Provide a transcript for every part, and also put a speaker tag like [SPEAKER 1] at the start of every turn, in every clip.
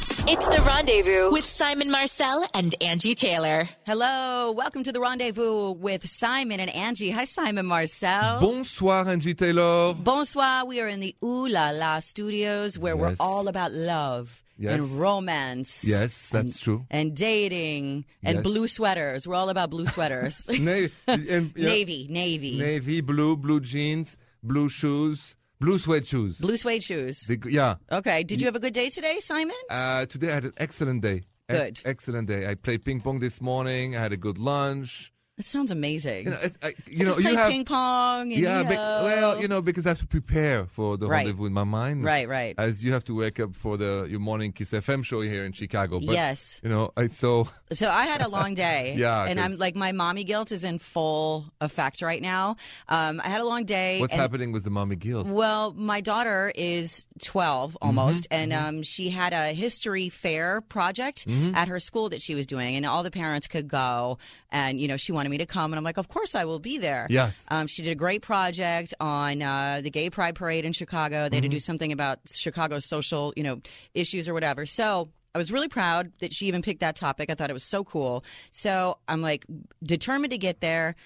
[SPEAKER 1] It's the rendezvous with Simon Marcel and Angie Taylor.
[SPEAKER 2] Hello, welcome to the rendezvous with Simon and Angie. Hi, Simon Marcel.
[SPEAKER 3] Bonsoir Angie Taylor.
[SPEAKER 2] Bonsoir. We are in the Ooh La La Studios where we're
[SPEAKER 3] Yes.
[SPEAKER 2] all about love
[SPEAKER 3] Yes.
[SPEAKER 2] and romance.
[SPEAKER 3] Yes, that's true.
[SPEAKER 2] And dating and
[SPEAKER 3] Yes.
[SPEAKER 2] blue sweaters. We're all about blue sweaters.
[SPEAKER 3] Na- and- yeah.
[SPEAKER 2] Navy, navy,
[SPEAKER 3] Navy blue, blue jeans, blue shoes, blue sweat shoes.
[SPEAKER 2] blue suede shoes.
[SPEAKER 3] The- yeah.
[SPEAKER 2] Okay. Did you have a good day today, Simon?
[SPEAKER 3] Uh, today I had an excellent day. E-
[SPEAKER 2] Good.
[SPEAKER 3] excellent day. I played ping pong this morning. I had a good lunch.
[SPEAKER 2] That sounds amazing.
[SPEAKER 3] You know, it- I, you, know,
[SPEAKER 2] Just
[SPEAKER 3] you
[SPEAKER 2] play
[SPEAKER 3] have
[SPEAKER 2] ping pong. And,
[SPEAKER 3] yeah.
[SPEAKER 2] you
[SPEAKER 3] But,
[SPEAKER 2] know.
[SPEAKER 3] well, you know, because I have to prepare for the
[SPEAKER 2] Right.
[SPEAKER 3] rendezvous in my mind.
[SPEAKER 2] Right, right.
[SPEAKER 3] As you have to wake up for the your morning Kiss FM show here in Chicago. But,
[SPEAKER 2] Yes.
[SPEAKER 3] You know, I saw.
[SPEAKER 2] So I had a long day.
[SPEAKER 3] Yeah,
[SPEAKER 2] And I'm
[SPEAKER 3] 'cause-
[SPEAKER 2] like, my mommy guilt is in full effect right now. Um, I had a long day.
[SPEAKER 3] What's
[SPEAKER 2] and-
[SPEAKER 3] happening with the mommy guild?
[SPEAKER 2] Well, my daughter is 12 almost, and Um, she had a history fair project at her school that she was doing, and all the parents could go. And, you know, she wanted me to come, and I'm like, of course I will be there.
[SPEAKER 3] Yes.
[SPEAKER 2] Um, she did a great project on uh, the Gay Pride Parade in Chicago. They had to do something about Chicago's social, you know, issues or whatever. So I was really proud that she even picked that topic. I thought it was so cool. So I'm like determined to get there.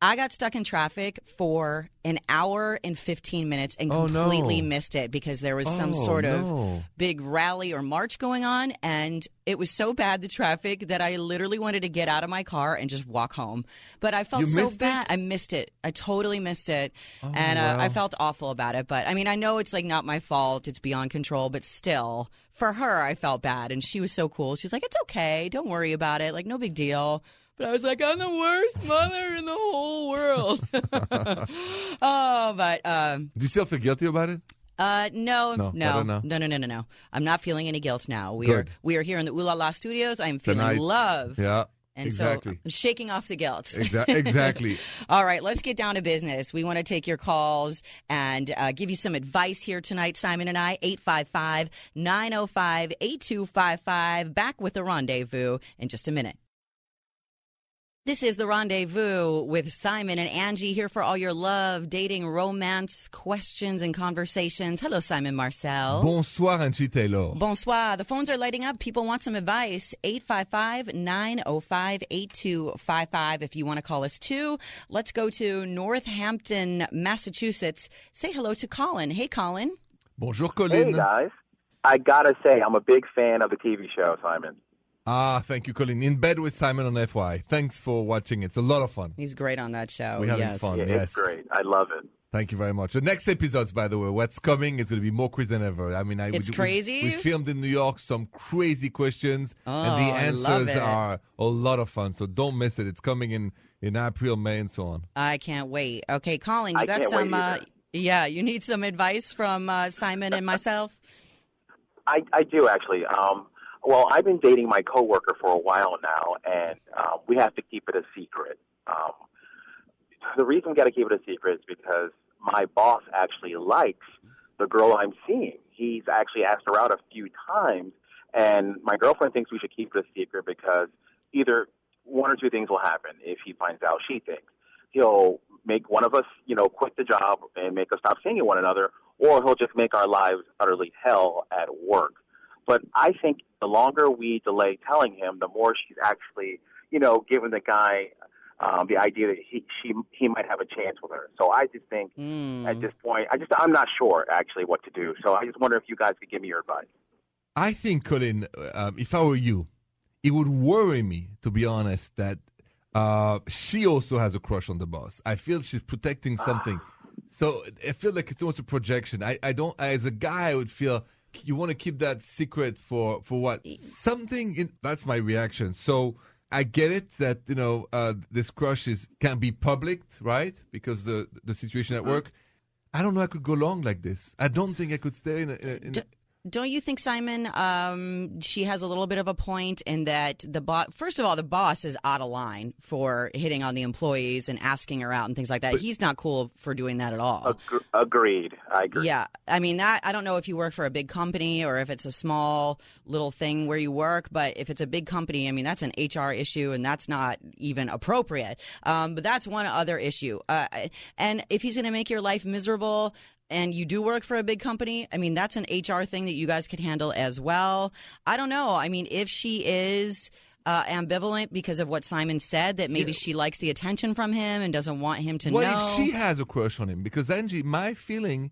[SPEAKER 2] I got stuck in traffic for an hour and 15 minutes and
[SPEAKER 3] Oh, no.
[SPEAKER 2] completely missed it because there was some
[SPEAKER 3] Oh,
[SPEAKER 2] sort of
[SPEAKER 3] no.
[SPEAKER 2] big rally or march going on. And it was so bad, the traffic, that I literally wanted to get out of my car and just walk home. But I felt
[SPEAKER 3] You
[SPEAKER 2] so
[SPEAKER 3] missed it? Oh,
[SPEAKER 2] bad. I missed it. I totally missed it. and uh, I
[SPEAKER 3] wow.
[SPEAKER 2] felt awful about it. But I mean, I know it's like not my fault. It's beyond control. But still, for her, I felt bad. And she was so cool. She's like, it's okay. Don't worry about it. Like, no big deal. But I was like, I'm the worst mother in the whole world. oh, but um,
[SPEAKER 3] Do you still feel guilty about it?
[SPEAKER 2] uh, no, no,
[SPEAKER 3] No,
[SPEAKER 2] no, no,
[SPEAKER 3] better no.
[SPEAKER 2] no, no, no, no. I'm not feeling any guilt now. We
[SPEAKER 3] Good.
[SPEAKER 2] are we are here in the Ooh La La Studios. I'm feeling
[SPEAKER 3] Tonight.
[SPEAKER 2] love.
[SPEAKER 3] Yeah.
[SPEAKER 2] And
[SPEAKER 3] exactly.
[SPEAKER 2] so I'm shaking off the guilt.
[SPEAKER 3] Exa- exactly.
[SPEAKER 2] All right, let's get down to business. We want to take your calls and uh, give you some advice here tonight, Simon and I. 855 905 8255. Back with the rendezvous in just a minute. This is the rendezvous with Simon and Angie here for all your love, dating, romance questions, and conversations. Hello, Simon Marcel.
[SPEAKER 3] Bonsoir, Angie Taylor.
[SPEAKER 2] Bonsoir. The phones are lighting up. People want some advice. 855 905 8255 if you want to call us too. Let's go to Northampton, Massachusetts. Say hello to Colin. Hey, Colin.
[SPEAKER 3] Bonjour,
[SPEAKER 4] Hey
[SPEAKER 3] Colin.
[SPEAKER 4] guys, I gotta say I'm a big fan of the TV show Simon.
[SPEAKER 3] ah, thank you, Colin. In bed with Simon on FY. Thanks for watching. It's a lot of fun.
[SPEAKER 2] He's great on that show.
[SPEAKER 3] We're having
[SPEAKER 2] Oh, yes.
[SPEAKER 3] fun.
[SPEAKER 4] Yeah,
[SPEAKER 3] Yes.
[SPEAKER 4] it's great. I love it.
[SPEAKER 3] Thank you very much. The next episodes, by the way, what's coming is going to be more quiz than ever. I mean, I
[SPEAKER 2] It's
[SPEAKER 3] we,
[SPEAKER 2] crazy?
[SPEAKER 3] We, filmed in New York some crazy questions,
[SPEAKER 2] Oh,
[SPEAKER 3] and the
[SPEAKER 2] I
[SPEAKER 3] answers
[SPEAKER 2] love it.
[SPEAKER 3] are a lot of fun. So don't miss it. It's coming in in April, May, and so on.
[SPEAKER 2] I can't wait. Okay, Colin, you
[SPEAKER 4] I
[SPEAKER 2] got
[SPEAKER 4] can't
[SPEAKER 2] some.
[SPEAKER 4] wait
[SPEAKER 2] Uh,
[SPEAKER 4] either.
[SPEAKER 2] yeah, you need some advice from uh, Simon and myself.
[SPEAKER 4] I, I do actually. Um, well, I've been dating my coworker for a while now, and um, we have to keep it a secret. Um, the reason we got to keep it a secret is because my boss actually likes the girl I'm seeing. He's actually asked her out a few times, and my girlfriend thinks we should keep it a secret because either one or two things will happen if he finds out she thinks. He'll make one of us, you know, quit the job and make us stop seeing one another, or he'll just make our lives utterly hell at work. But I think the longer we delay telling him, the more she's actually, you know, giving the guy um, the idea that he she he might have a chance with her. So I just think
[SPEAKER 2] Mm.
[SPEAKER 4] at this point, I just I'm not sure actually what to do. So I just wonder if you guys could give me your advice.
[SPEAKER 3] I think, Colin, uh, um, if I were you, it would worry me, to be honest, that uh, she also has a crush on the boss. I feel she's protecting something. so I feel like it's almost a projection. I, I don't, as a guy, I would feel you want to keep that secret for, for what? Something, in, that's my reaction. So I get it that, you know, uh, this crush is can be public, right? Because the, the situation at work. I don't know I could go long like this. I don't think I could stay in a, in a, in a,
[SPEAKER 2] D- don't you think, Simon? Um, she has a little bit of a point in that the boss. First of all, the boss is out of line for hitting on the employees and asking her out and things like that. He's not cool for doing that at all.
[SPEAKER 4] Agre- agreed. I agree.
[SPEAKER 2] Yeah, I mean that. I don't know if you work for a big company or if it's a small little thing where you work, but if it's a big company, I mean that's an HR issue and that's not even appropriate. Um, but that's one other issue. Uh, and if he's going to make your life miserable, and you do work for a big company, I mean, that's an HR thing that you guys could handle as well. I don't know. I mean, if she is uh, ambivalent because of what Simon said, that maybe she likes the attention from him and doesn't want him to
[SPEAKER 3] What
[SPEAKER 2] know.
[SPEAKER 3] if she has a crush on him? Because Angie, my feeling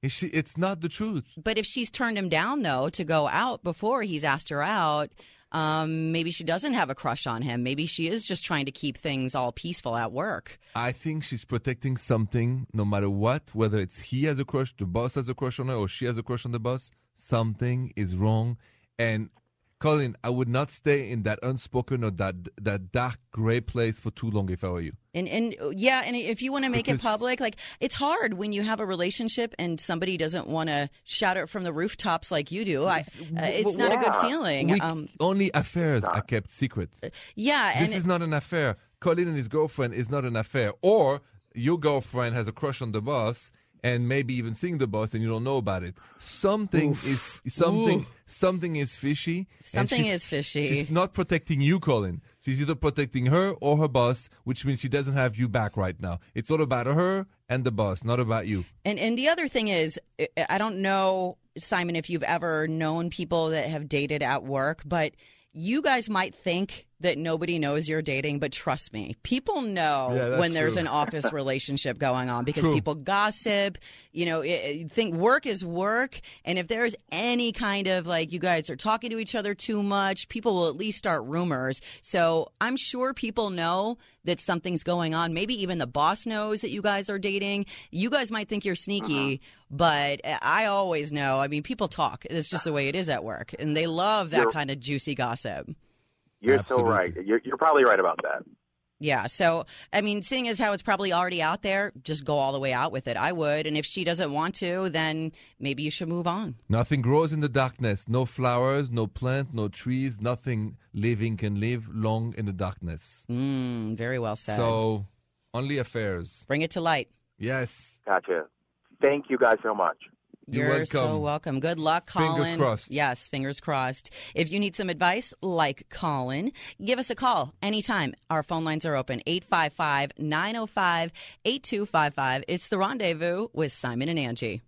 [SPEAKER 3] is she it's not the truth.
[SPEAKER 2] But if she's turned him down though to go out before he's asked her out, um, maybe she doesn't have a crush on him. Maybe she is just trying to keep things all peaceful at work.
[SPEAKER 3] I think she's protecting something no matter what, whether it's he has a crush, the boss has a crush on her, or she has a crush on the boss. Something is wrong. And Colin, I would not stay in that unspoken or that that dark gray place for too long if I were you.
[SPEAKER 2] And and uh, yeah, and if you want to make
[SPEAKER 3] Because-
[SPEAKER 2] it public, like it's hard when you have a relationship and somebody doesn't want to shout it from the rooftops like you do. I, uh, it's not a good
[SPEAKER 4] Yeah.
[SPEAKER 2] feeling.
[SPEAKER 3] We-
[SPEAKER 2] um, uh,
[SPEAKER 3] only affairs are kept secret.
[SPEAKER 2] yeah, and
[SPEAKER 3] This is not an affair. Colin and his girlfriend is not an affair. Or your girlfriend has a crush on the boss and maybe even seeing the boss and you don't know about it. Something is something something is fishy. and
[SPEAKER 2] Something
[SPEAKER 3] she's-
[SPEAKER 2] is fishy.
[SPEAKER 3] She's not protecting you, Colin. She's either protecting her or her boss, which means she doesn't have you back right now. It's all about her and the boss, not about you.
[SPEAKER 2] And and the other thing is, I- I don't know, Simon, if you've ever known people that have dated at work, but you guys might think that nobody knows you're dating, but trust me, people know
[SPEAKER 3] Yeah, that's
[SPEAKER 2] when there's
[SPEAKER 3] true.
[SPEAKER 2] an office relationship going on because
[SPEAKER 3] True.
[SPEAKER 2] people gossip. You know, i- i think work is work, and if there's any kind of like you guys are talking to each other too much, people will at least start rumors. So I'm sure people know that something's going on. Maybe even the boss knows that you guys are dating. You guys might think you're sneaky, but I always know. I mean, people talk. It's just the way it is at work, and they love that
[SPEAKER 4] You're-
[SPEAKER 2] kind of juicy gossip.
[SPEAKER 4] You're
[SPEAKER 3] Absolutely.
[SPEAKER 4] so right. You're, you're probably right about that.
[SPEAKER 2] Yeah. So, I mean, seeing as how it's probably already out there, just go all the way out with it. I would. And if she doesn't want to, then maybe you should move on.
[SPEAKER 3] Nothing grows in the darkness. No flowers, no plant, no trees, nothing living can live long in the darkness.
[SPEAKER 2] Mm, very well said.
[SPEAKER 3] So only affairs.
[SPEAKER 2] Bring it to light.
[SPEAKER 3] Yes.
[SPEAKER 4] Gotcha. Thank you guys so much.
[SPEAKER 2] You're
[SPEAKER 3] You're
[SPEAKER 2] so
[SPEAKER 3] welcome.
[SPEAKER 2] welcome. Good luck,
[SPEAKER 3] Fingers
[SPEAKER 2] Colin.
[SPEAKER 3] crossed.
[SPEAKER 2] Yes, fingers crossed. If you need some advice, like Colin, give us a call anytime. Our phone lines are open 855 905 8255. It's the rendezvous with Simon and Angie.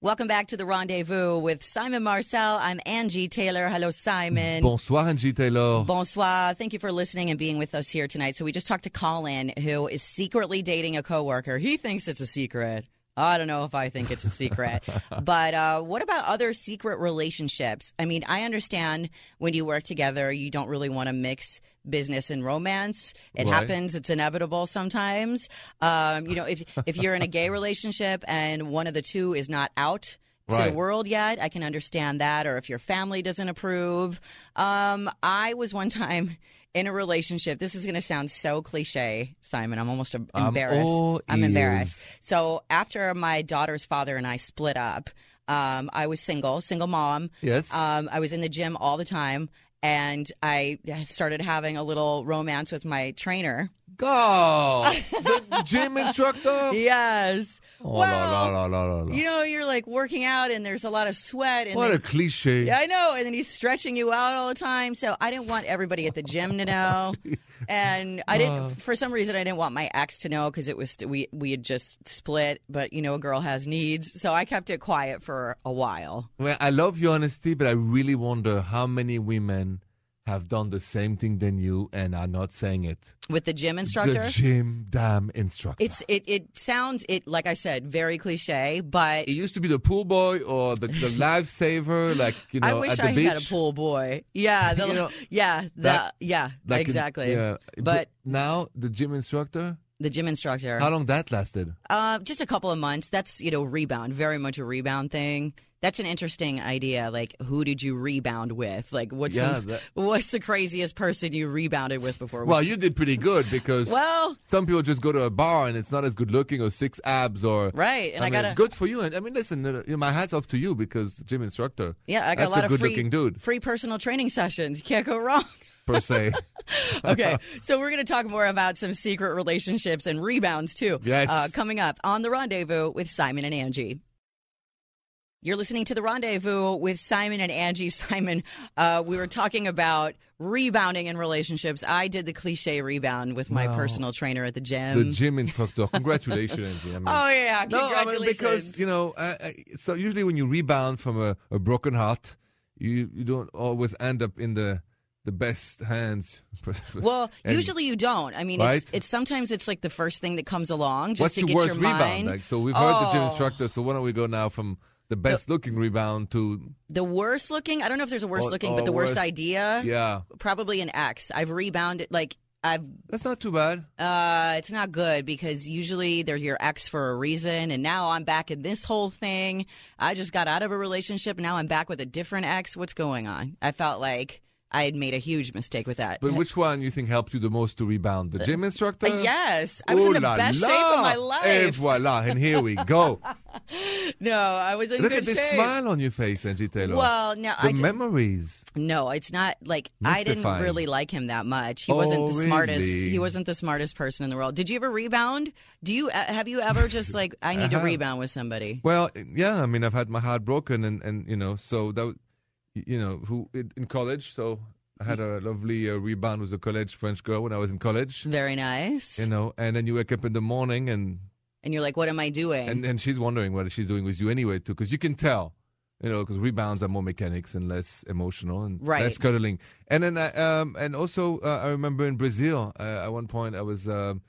[SPEAKER 2] Welcome back to the rendezvous with Simon Marcel. I'm Angie Taylor. Hello, Simon.
[SPEAKER 3] Bonsoir, Angie Taylor.
[SPEAKER 2] Bonsoir. Thank you for listening and being with us here tonight. So we just talked to Colin, who is secretly dating a coworker. He thinks it's a secret. I don't know if I think it's a secret. but uh, what about other secret relationships? I mean, I understand when you work together, you don't really want to mix business and romance. It
[SPEAKER 3] Right.
[SPEAKER 2] happens. It's inevitable sometimes. Um, you know, if if you're in a gay relationship and one of the two is not out to the
[SPEAKER 3] Right.
[SPEAKER 2] world yet. I can understand that, or if your family doesn't approve. Um, I was one time in a relationship. This is going to sound so cliche, Simon. I'm almost em-
[SPEAKER 3] I'm
[SPEAKER 2] embarrassed.
[SPEAKER 3] all
[SPEAKER 2] I'm embarrassed.
[SPEAKER 3] ears.
[SPEAKER 2] So after my daughter's father and I split up, um, I was single, single mom.
[SPEAKER 3] Yes.
[SPEAKER 2] Um, I was in the gym all the time. And I started having a little romance with my trainer.
[SPEAKER 3] Go! the gym instructor?
[SPEAKER 2] Yes.
[SPEAKER 3] Oh,
[SPEAKER 2] well,
[SPEAKER 3] la, la, la, la, la, la.
[SPEAKER 2] you know, you're like working out, and there's a lot of sweat. And
[SPEAKER 3] what
[SPEAKER 2] then-
[SPEAKER 3] a cliche.
[SPEAKER 2] Yeah, I know. And then he's stretching you out all the time. So I didn't want everybody at the gym to know, and I
[SPEAKER 3] Uh.
[SPEAKER 2] didn't. For some reason, I didn't want my ex to know because it was we we had just split. But you know, a girl has needs, so I kept it quiet for a while.
[SPEAKER 3] Well, I love your honesty, but I really wonder how many women have done the same thing than you and are not saying it.
[SPEAKER 2] With the gym instructor,
[SPEAKER 3] The gym damn instructor.
[SPEAKER 2] it's it it sounds it like I said very cliche, but
[SPEAKER 3] it used to be the pool boy or the, the lifesaver, like, you know,
[SPEAKER 2] I wish
[SPEAKER 3] at the
[SPEAKER 2] I
[SPEAKER 3] beach.
[SPEAKER 2] had a pool boy. Yeah, the,
[SPEAKER 3] You know,
[SPEAKER 2] yeah, the,
[SPEAKER 3] that-
[SPEAKER 2] yeah,
[SPEAKER 3] Like in-
[SPEAKER 2] exactly.
[SPEAKER 3] yeah.
[SPEAKER 2] But
[SPEAKER 3] now, the gym instructor,
[SPEAKER 2] the gym instructor.
[SPEAKER 3] how long that lasted?
[SPEAKER 2] Uh, just a couple of months. That's you know rebound, very much a rebound thing. That's an interesting idea. Like, who did you rebound with? Like, what's the,
[SPEAKER 3] Yeah, that-
[SPEAKER 2] what's the craziest person you rebounded with before?
[SPEAKER 3] Well, you did pretty good because
[SPEAKER 2] well,
[SPEAKER 3] some people just go to a bar and it's not as good looking or six abs or
[SPEAKER 2] right, and I,
[SPEAKER 3] mean,
[SPEAKER 2] got a
[SPEAKER 3] good for you. And I mean, listen, uh, you know, my hat's off to you because gym instructor.
[SPEAKER 2] yeah, I got
[SPEAKER 3] that's
[SPEAKER 2] a lot of
[SPEAKER 3] good
[SPEAKER 2] free
[SPEAKER 3] looking dude
[SPEAKER 2] free personal training sessions. You can't go wrong.
[SPEAKER 3] per se.
[SPEAKER 2] okay, so we're going to talk more about some secret relationships and rebounds too.
[SPEAKER 3] Yes.
[SPEAKER 2] uh, coming up on the rendezvous with Simon and Angie. You're listening to The Rendezvous with Simon and Angie. Simon, uh, we were talking about rebounding in relationships. I did the cliche rebound with my
[SPEAKER 3] Wow.
[SPEAKER 2] personal trainer at the gym.
[SPEAKER 3] The gym instructor. Congratulations, Angie. I mean-
[SPEAKER 2] Oh, yeah.
[SPEAKER 3] No, I
[SPEAKER 2] Congratulations.
[SPEAKER 3] mean because you know. Uh, uh, so usually when you rebound from a, a broken heart, you you don't always end up in the the best hands.
[SPEAKER 2] Well,
[SPEAKER 3] And
[SPEAKER 2] usually you don't. I mean,
[SPEAKER 3] Right?
[SPEAKER 2] it's, it's sometimes it's like the first thing that comes along just
[SPEAKER 3] what's
[SPEAKER 2] to
[SPEAKER 3] your
[SPEAKER 2] get
[SPEAKER 3] worst
[SPEAKER 2] your
[SPEAKER 3] rebound?
[SPEAKER 2] mind.
[SPEAKER 3] Like, so we've heard the gym
[SPEAKER 2] Oh.
[SPEAKER 3] instructor. So why don't we go now from the best looking rebound to
[SPEAKER 2] The worst looking, I don't know if there's a worst
[SPEAKER 3] Or-
[SPEAKER 2] looking,
[SPEAKER 3] or
[SPEAKER 2] but the worst,
[SPEAKER 3] worst-
[SPEAKER 2] idea,
[SPEAKER 3] yeah?
[SPEAKER 2] probably an X. I've rebounded, like, I've,
[SPEAKER 3] That's not too bad.
[SPEAKER 2] uh, it's not good because usually they're your ex for a reason. And now I'm back in this whole thing. I just got out of a relationship. Now I'm back with a different ex. What's going on? I felt like I had made a huge mistake with that.
[SPEAKER 3] But which one you think helped you the most to rebound? The gym instructor?
[SPEAKER 2] Uh, yes, I was
[SPEAKER 3] Ooh
[SPEAKER 2] in the
[SPEAKER 3] la
[SPEAKER 2] best
[SPEAKER 3] la.
[SPEAKER 2] shape of my
[SPEAKER 3] Et
[SPEAKER 2] life.
[SPEAKER 3] voila, and here we go.
[SPEAKER 2] No, I was in
[SPEAKER 3] Look
[SPEAKER 2] good
[SPEAKER 3] at this
[SPEAKER 2] shape.
[SPEAKER 3] smile on your face, Angie Taylor.
[SPEAKER 2] Well, no,
[SPEAKER 3] the
[SPEAKER 2] I d-
[SPEAKER 3] memories.
[SPEAKER 2] no, it's not like I didn't
[SPEAKER 3] Mystifying.
[SPEAKER 2] really like him that much. He
[SPEAKER 3] Oh,
[SPEAKER 2] wasn't the smartest.
[SPEAKER 3] really?
[SPEAKER 2] He wasn't the smartest person in the world. Did you ever rebound? Do you uh, have you ever just like I need to
[SPEAKER 3] Uh-huh.
[SPEAKER 2] rebound with somebody?
[SPEAKER 3] Well, yeah, I mean, I've had my heart broken, and and you know, so that, was- you know, who in in college, so I had a lovely uh, rebound with a college French girl when I was in college,
[SPEAKER 2] Very nice.
[SPEAKER 3] you know, and then you wake up in the morning and
[SPEAKER 2] and you're like, what am I doing?
[SPEAKER 3] and and she's wondering what she's doing with you anyway too, because you can tell. You know, because rebounds are more mechanics and less emotional and
[SPEAKER 2] Right.
[SPEAKER 3] less cuddling. And then, I, um, and also, uh, I remember in Brazil uh, at one point, I was um,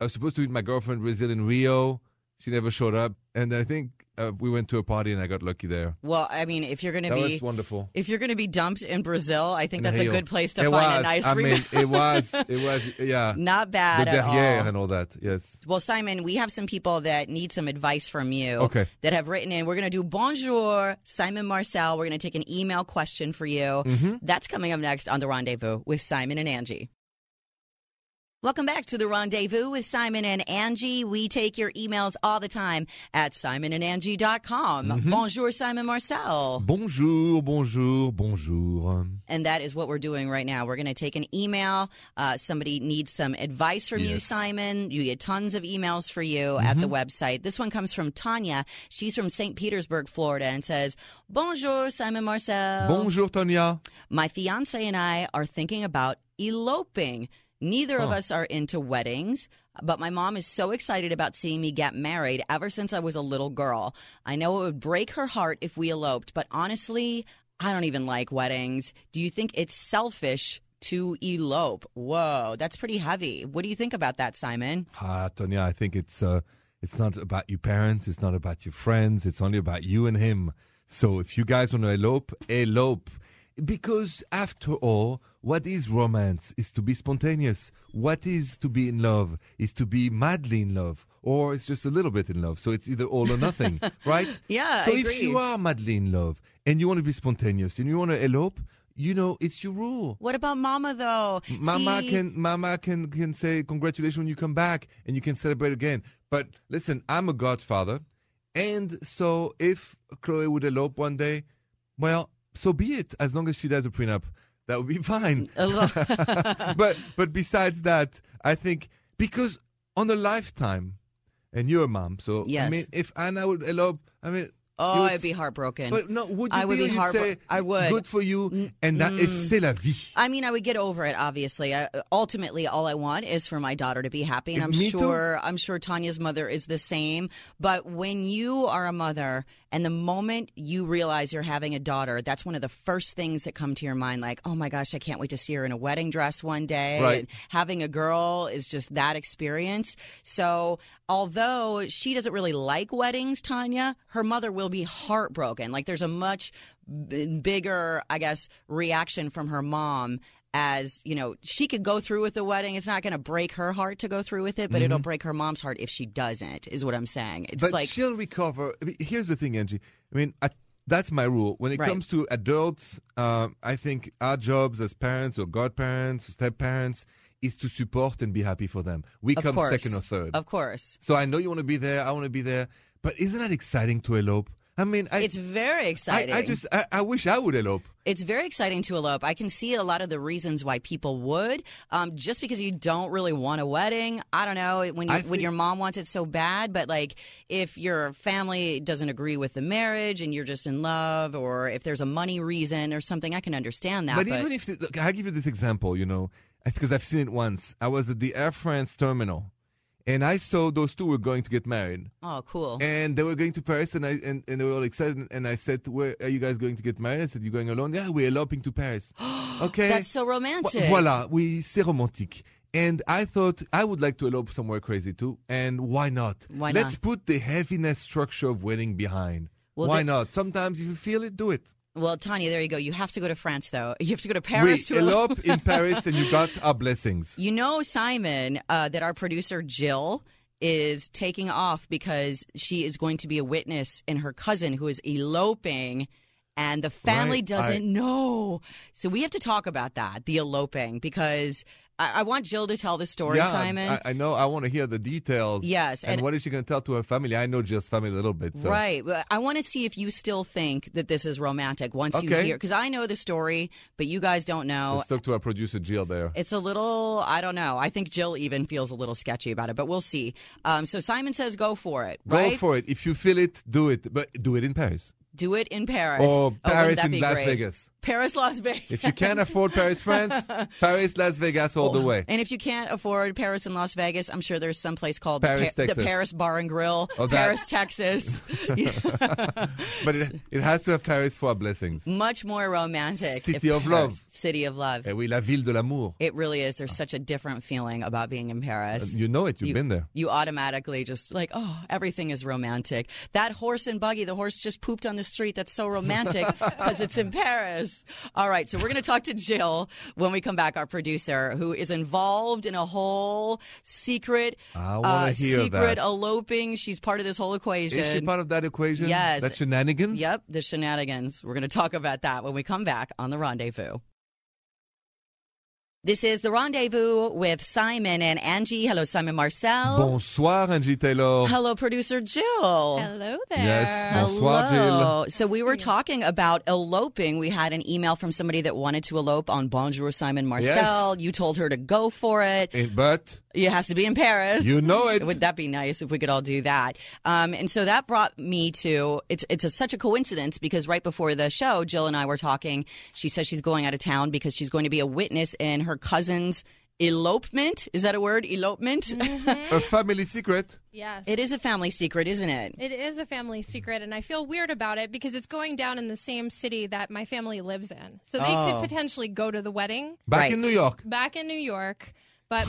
[SPEAKER 3] I was supposed to meet my girlfriend in Brazil in Rio. She never showed up, and I think uh, we went to a party, and I got lucky there.
[SPEAKER 2] well, I mean, if you're gonna
[SPEAKER 3] That
[SPEAKER 2] be
[SPEAKER 3] was wonderful.
[SPEAKER 2] if you're gonna be dumped in Brazil, I think
[SPEAKER 3] In
[SPEAKER 2] that's
[SPEAKER 3] Rio.
[SPEAKER 2] a good place to
[SPEAKER 3] it
[SPEAKER 2] find
[SPEAKER 3] was,
[SPEAKER 2] a nice
[SPEAKER 3] I mean,
[SPEAKER 2] rebound.
[SPEAKER 3] it was, it was, yeah.
[SPEAKER 2] Not
[SPEAKER 3] the
[SPEAKER 2] bad at
[SPEAKER 3] derrière
[SPEAKER 2] all.
[SPEAKER 3] and all that. Yes.
[SPEAKER 2] Well, Simon, we have some people that need some advice from you
[SPEAKER 3] Okay.
[SPEAKER 2] that have written in. We're going to do Bonjour, Simon Marcel. We're going to take an email question for you.
[SPEAKER 3] Mm-hmm.
[SPEAKER 2] That's coming up next on The Rendezvous with Simon and Angie. Welcome back to The Rendezvous with Simon and Angie. We take your emails all the time at simonandangie.com.
[SPEAKER 3] Mm-hmm.
[SPEAKER 2] Bonjour, Simon Marcel.
[SPEAKER 3] Bonjour, bonjour, bonjour.
[SPEAKER 2] And that is what we're doing right now. We're going to take an email. Uh, somebody needs some advice from you,
[SPEAKER 3] Yes. Mm-hmm.
[SPEAKER 2] Simon. You get tons of emails for you at the website. This one comes from Tanya. She's from St. Petersburg, Florida, and says, Bonjour, Simon Marcel.
[SPEAKER 3] Bonjour, Tonya.
[SPEAKER 2] My fiance and I are thinking about eloping. Neither of
[SPEAKER 3] Huh.
[SPEAKER 2] us are into weddings, but my mom is so excited about seeing me get married ever since I was a little girl. I know it would break her heart if we eloped, but honestly, I don't even like weddings. Do you think it's selfish to elope? Whoa, that's pretty heavy. What do you think about that, Simon?
[SPEAKER 3] Ah, Tonya, I think it's uh, it's not about your parents, it's not about your friends, it's only about you and him. So if you guys want to elope, elope. Because after all, what is romance is to be spontaneous. What is to be in love is to be madly in love, or it's just a little bit in love. So it's either all or nothing, right?
[SPEAKER 2] Yeah,
[SPEAKER 3] So
[SPEAKER 2] I
[SPEAKER 3] if
[SPEAKER 2] agree.
[SPEAKER 3] you are madly in love and you want to be spontaneous and you want to elope, you know it's your rule.
[SPEAKER 2] What about Mama though?
[SPEAKER 3] Mama
[SPEAKER 2] See-
[SPEAKER 3] can mama can can say congratulations when you come back and you can celebrate again. But listen, I'm a godfather, and so if Chloe would elope one day, well, so be it. As long as she does a prenup, that would be fine. but but besides that, I think because on a lifetime, and you're a mom, so I
[SPEAKER 2] Yes.
[SPEAKER 3] mean, if Anna would elope, I mean. you
[SPEAKER 2] Oh,
[SPEAKER 3] would
[SPEAKER 2] I'd be heartbroken.
[SPEAKER 3] But no, would you
[SPEAKER 2] I would be
[SPEAKER 3] you'd
[SPEAKER 2] heartbro-
[SPEAKER 3] say,
[SPEAKER 2] I would. mm.
[SPEAKER 3] Good for you, and that is c'est la vie.
[SPEAKER 2] I mean, I would get over it. Obviously, I, ultimately, all I want is for my daughter to be happy, and I'm
[SPEAKER 3] Me too.
[SPEAKER 2] sure I'm sure Tanya's mother is the same. But when you are a mother, and the moment you realize you're having a daughter, that's one of the first things that come to your mind. Like, oh my gosh, I can't wait to see her in a wedding dress one day.
[SPEAKER 3] Right.
[SPEAKER 2] And having a girl is just that experience. So, although she doesn't really like weddings, Tanya, her mother will be heartbroken. Like, there's a much b- bigger, I guess, reaction from her mom. As you know, she could go through with the wedding. It's not going to break her heart to go through with it, but it'll break her mom's heart if she doesn't. Is what I'm saying. It's
[SPEAKER 3] Mm-hmm. but
[SPEAKER 2] like
[SPEAKER 3] she'll recover. I mean, here's the thing, Angie. I mean, I, that's my rule. When it
[SPEAKER 2] Right.
[SPEAKER 3] comes to adults, um, I think our jobs as parents or godparents or step parents is to support and be happy for them. We
[SPEAKER 2] Of
[SPEAKER 3] come
[SPEAKER 2] course.
[SPEAKER 3] second or third.
[SPEAKER 2] of course,
[SPEAKER 3] so I know you want to be there. I want to be there. But isn't that exciting to elope? I mean, I,
[SPEAKER 2] it's very
[SPEAKER 3] I,
[SPEAKER 2] exciting.
[SPEAKER 3] I just, I, I wish I would elope.
[SPEAKER 2] It's very exciting to elope. I can see a lot of the reasons why people would, um, just because you don't really want a wedding. I don't know when you,
[SPEAKER 3] I
[SPEAKER 2] when
[SPEAKER 3] think-
[SPEAKER 2] your mom wants it so bad, but like if your family doesn't agree with the marriage and you're just in love, or if there's a money reason or something, I can understand that.
[SPEAKER 3] But,
[SPEAKER 2] But,
[SPEAKER 3] even if, look, I'll give you this example, you know, because I've seen it once. I was at the Air France terminal and I saw those two were going to get married.
[SPEAKER 2] oh, cool.
[SPEAKER 3] And they were going to Paris, and I and, and they were all excited. And I said, "Where are you guys going to get married?" I said, "You going alone?" Yeah, we're eloping to Paris. okay,
[SPEAKER 2] That's so
[SPEAKER 3] Vo-
[SPEAKER 2] romantic.
[SPEAKER 3] Voila, we c'est romantique. And I thought I would like to elope somewhere crazy too. And why not?
[SPEAKER 2] Why
[SPEAKER 3] Let's
[SPEAKER 2] not?
[SPEAKER 3] put the heaviness structure of wedding behind.
[SPEAKER 2] Well,
[SPEAKER 3] why
[SPEAKER 2] the-
[SPEAKER 3] not? Sometimes if you feel it, do it.
[SPEAKER 2] Well, Tanya, there you go. You have to go to France, though. You have to go to Paris
[SPEAKER 3] we
[SPEAKER 2] to elope.
[SPEAKER 3] elope in Paris, and you got our blessings.
[SPEAKER 2] You know, Simon, uh, that our producer Jill is taking off because she is going to be a witness in her cousin who is eloping, and the family
[SPEAKER 3] Right,
[SPEAKER 2] doesn't
[SPEAKER 3] I-
[SPEAKER 2] know. So we have to talk about that, the eloping, because I, I want Jill to tell the story,
[SPEAKER 3] yeah,
[SPEAKER 2] Simon.
[SPEAKER 3] I, I know. I want to hear the details.
[SPEAKER 2] Yes,
[SPEAKER 3] And,
[SPEAKER 2] and-
[SPEAKER 3] what is she going to tell to her family? I know Jill's family a little bit. So.
[SPEAKER 2] Right. But I want to see if you still think that this is romantic once you
[SPEAKER 3] Okay.
[SPEAKER 2] hear, because I know the story, but you guys don't know.
[SPEAKER 3] Let's talk to our producer Jill there.
[SPEAKER 2] It's a little, I don't know. I think Jill even feels a little sketchy about it, but we'll see. Um, so Simon says go for it, right?
[SPEAKER 3] Go for it. If you feel it, do it. But do it in Paris
[SPEAKER 2] Do it in Paris. Oh,
[SPEAKER 3] or
[SPEAKER 2] wouldn't
[SPEAKER 3] Oh, Paris
[SPEAKER 2] that
[SPEAKER 3] in
[SPEAKER 2] be
[SPEAKER 3] Las
[SPEAKER 2] great?
[SPEAKER 3] Vegas.
[SPEAKER 2] Paris, Las Vegas.
[SPEAKER 3] If you can't afford Paris, France, Paris, Las Vegas, all
[SPEAKER 2] Oh,
[SPEAKER 3] the way.
[SPEAKER 2] And if you can't afford Paris and Las Vegas, I'm sure there's some place called
[SPEAKER 3] Paris,
[SPEAKER 2] the, Pa- the
[SPEAKER 3] Texas.
[SPEAKER 2] Paris Bar and Grill,
[SPEAKER 3] Oh, that-
[SPEAKER 2] Paris, Texas.
[SPEAKER 3] But it, it has to have Paris for our blessings.
[SPEAKER 2] Much more romantic.
[SPEAKER 3] City
[SPEAKER 2] if
[SPEAKER 3] of
[SPEAKER 2] Paris-
[SPEAKER 3] love.
[SPEAKER 2] City of love.
[SPEAKER 3] Eh oui, la ville de l'amour.
[SPEAKER 2] It really is. There's such a different feeling about being in Paris.
[SPEAKER 3] You know it. You've been there.
[SPEAKER 2] you automatically just like, oh, everything is romantic. That horse and buggy, the horse just pooped on the street. That's so romantic because it's in Paris. All right, so we're going to talk to Jill when we come back, our producer, who is involved in a whole secret, uh,
[SPEAKER 3] I wanna hear
[SPEAKER 2] secret
[SPEAKER 3] that.
[SPEAKER 2] eloping. She's part of this whole equation.
[SPEAKER 3] Is she part of that equation?
[SPEAKER 2] Yes.
[SPEAKER 3] That shenanigans?
[SPEAKER 2] Yep, the shenanigans. We're going to talk about that when we come back on The Rendezvous. This is The Rendezvous with Simon and Angie. Hello, Simon Marcel.
[SPEAKER 3] Bonsoir, Angie Taylor.
[SPEAKER 2] Hello, producer Jill.
[SPEAKER 5] Hello there.
[SPEAKER 3] Yes, Bonsoir.
[SPEAKER 2] Hello. So we were talking about eloping. We had an email from somebody that wanted to elope on Bonjour Simon Marcel. You told her to go for it.
[SPEAKER 3] Eh, But
[SPEAKER 2] It has to be in Paris.
[SPEAKER 3] you know it.
[SPEAKER 2] Would that be nice if we could all do that? Um, and so that brought me to it's it's a, such a coincidence because right before the show, Jill and I were talking. She says she's going out of town because she's going to be a witness in her cousin's elopement. Is that a word? Elopement.
[SPEAKER 3] A family secret.
[SPEAKER 5] Yes.
[SPEAKER 2] it is a family secret, isn't it?
[SPEAKER 5] it is a family secret, and I feel weird about it because it's going down in the same city that my family lives in. So they
[SPEAKER 2] Oh.
[SPEAKER 5] could potentially go to the wedding
[SPEAKER 3] Back
[SPEAKER 2] Right.
[SPEAKER 3] in New York.
[SPEAKER 5] back in New York. But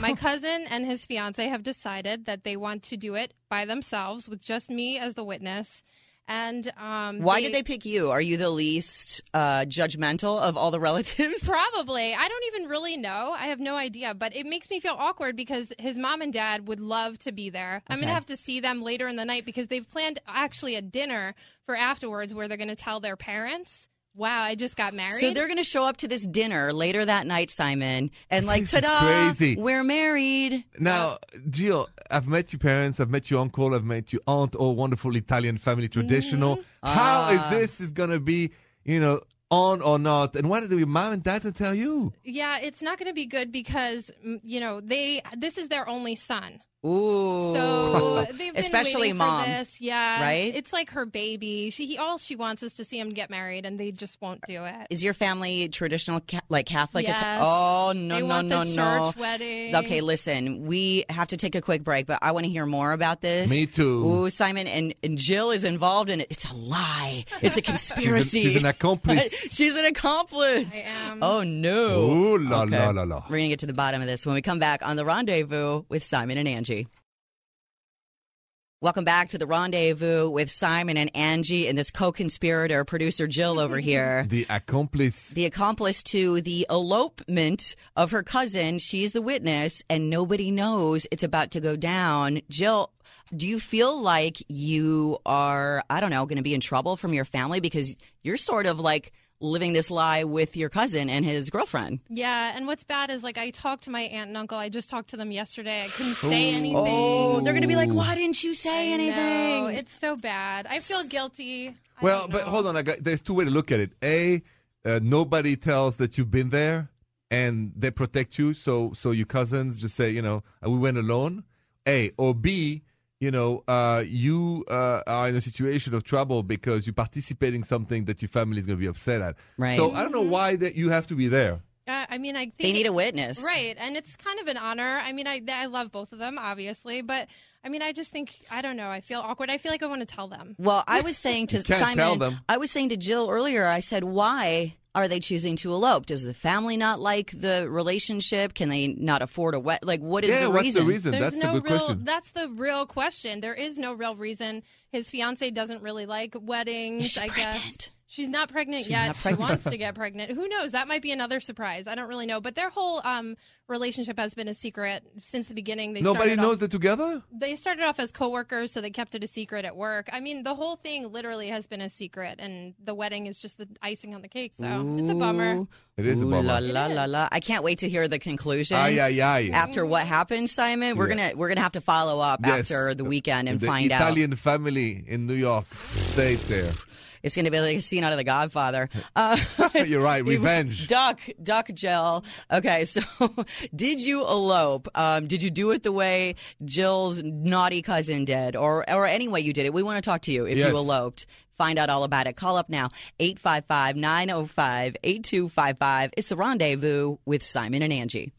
[SPEAKER 5] my cousin and his fiance have decided that they want to do it by themselves with just me as the witness. And um,
[SPEAKER 2] Why did they pick you? Are you the least uh, judgmental of all the relatives?
[SPEAKER 5] Probably. I don't even really know. I have no idea, but it makes me feel awkward because his mom and dad would love to be there. I'm going
[SPEAKER 2] Okay.
[SPEAKER 5] to have to see them later in the night because they've planned actually a dinner for afterwards where they're going to tell their parents, wow, I just got married.
[SPEAKER 2] So they're going to show up to this dinner later that night, Simon, and like,
[SPEAKER 3] This is
[SPEAKER 2] ta-da,
[SPEAKER 3] crazy.
[SPEAKER 2] we're married.
[SPEAKER 3] Now, Jill, I've met your parents, I've met your uncle, I've met your aunt, all wonderful Italian family traditional. How is
[SPEAKER 2] Ah.
[SPEAKER 3] this is going to be, you know, on or not? And why did your mom and dad not tell you?
[SPEAKER 5] yeah, it's not going to be good because, mm, you know, they this is their only son.
[SPEAKER 2] Ooh.
[SPEAKER 5] So they've been
[SPEAKER 2] Especially
[SPEAKER 5] waiting
[SPEAKER 2] mom.
[SPEAKER 5] for this. Yeah.
[SPEAKER 2] Right?
[SPEAKER 5] It's like her baby. She he, all she wants is to see him get married and they just won't do it.
[SPEAKER 2] Is your family traditional, ca- like Catholic? It's-
[SPEAKER 5] Yes.
[SPEAKER 2] Oh no,
[SPEAKER 5] they
[SPEAKER 2] no,
[SPEAKER 5] want
[SPEAKER 2] no,
[SPEAKER 5] the
[SPEAKER 2] no.
[SPEAKER 5] church wedding.
[SPEAKER 2] Okay, listen, we have to take a quick break, but I want to hear more about this.
[SPEAKER 3] Me too.
[SPEAKER 2] Ooh, Simon and, and Jill is involved in it. It's a lie. It's a
[SPEAKER 3] She's,
[SPEAKER 2] conspiracy.
[SPEAKER 3] an, she's an accomplice.
[SPEAKER 2] She's an accomplice.
[SPEAKER 5] I am.
[SPEAKER 2] Oh no.
[SPEAKER 3] Ooh la la la la.
[SPEAKER 2] We're gonna get to the bottom of this when we come back on the rendezvous with Simon and Angie. Welcome back to the rendezvous with Simon and Angie and this co-conspirator producer Jill over here.
[SPEAKER 3] The accomplice.
[SPEAKER 2] The accomplice to the elopement of her cousin. She's the witness, and nobody knows it's about to go down. Jill, do you feel like you are, I don't know, going to be in trouble from your family because you're sort of like living this lie with your cousin and his girlfriend?
[SPEAKER 5] Yeah, and what's bad is like I talked to my aunt and uncle. I just talked to them yesterday. I couldn't say anything.
[SPEAKER 2] Oh, they're gonna be like,
[SPEAKER 3] Ooh.
[SPEAKER 2] why didn't you say
[SPEAKER 5] I know,
[SPEAKER 2] anything?
[SPEAKER 5] it's so bad. I feel guilty. I I
[SPEAKER 3] Well,
[SPEAKER 5] don't
[SPEAKER 3] but
[SPEAKER 5] know.
[SPEAKER 3] hold on. I got, there's two ways to look at it. A, uh, nobody tells that you've been there, and they protect you. So, so your cousins just say, you know, "Uh, we went alone. A or B, you know, uh, you uh, are in a situation of trouble because you participate in something that your family is going to be upset at.
[SPEAKER 2] Right.
[SPEAKER 3] So I don't
[SPEAKER 5] Mm-hmm.
[SPEAKER 3] know why that you have to be there.
[SPEAKER 5] Uh, I mean, I think
[SPEAKER 2] They need a witness.
[SPEAKER 5] Right, and it's kind of an honor. I mean, I I love both of them, obviously, but I mean, I just think I don't know. I feel awkward. I feel like I want to tell them.
[SPEAKER 2] Well, I was saying to
[SPEAKER 3] You can't
[SPEAKER 2] Simon,
[SPEAKER 3] tell them.
[SPEAKER 2] I was saying to Jill earlier, I said, why are they choosing to elope? Does the family not like the relationship? Can they not afford a wet? Like, what is
[SPEAKER 3] yeah.
[SPEAKER 2] the
[SPEAKER 3] what's
[SPEAKER 2] reason?
[SPEAKER 3] the reason?
[SPEAKER 5] There's
[SPEAKER 3] That's
[SPEAKER 5] no
[SPEAKER 3] a good
[SPEAKER 5] real.
[SPEAKER 3] question.
[SPEAKER 5] That's the real question. There is no real reason. His fiance doesn't really like weddings.
[SPEAKER 2] Is she
[SPEAKER 5] I
[SPEAKER 2] pregnant?
[SPEAKER 5] guess she's not pregnant
[SPEAKER 2] She's
[SPEAKER 5] yet.
[SPEAKER 2] not pregnant.
[SPEAKER 5] She wants to get pregnant. Who knows? That might be another surprise. I don't really know. But their whole um, relationship has been a secret since the beginning. They
[SPEAKER 3] Nobody
[SPEAKER 5] started off-
[SPEAKER 3] knows they're together.
[SPEAKER 5] they started off as coworkers, so they kept it a secret at work. I mean, the whole thing literally has been a secret, and the wedding is just the icing on the cake. So it's a bummer.
[SPEAKER 2] Ooh.
[SPEAKER 3] It is a
[SPEAKER 2] Ooh, La,
[SPEAKER 3] bummer.
[SPEAKER 2] la, la, la. I can't wait to hear the conclusion.
[SPEAKER 3] Aye, aye, aye.
[SPEAKER 2] After what happened, Simon, we're
[SPEAKER 3] Yeah.
[SPEAKER 2] gonna we're gonna have to follow up
[SPEAKER 3] Yes.
[SPEAKER 2] after the weekend and
[SPEAKER 3] the
[SPEAKER 2] find out.
[SPEAKER 3] Italian family in New York State. There,
[SPEAKER 2] It's going to be like a scene out of The Godfather. Uh,
[SPEAKER 3] You're right, revenge.
[SPEAKER 2] Duck, duck gel. Okay, so did you elope? Um, did you do it the way Jill's naughty cousin did, or or any way you did it? We want to talk to you if
[SPEAKER 3] Yes.
[SPEAKER 2] you eloped. Find out all about it. Call up now, 855 905 8255. It's the rendezvous with Simon and Angie.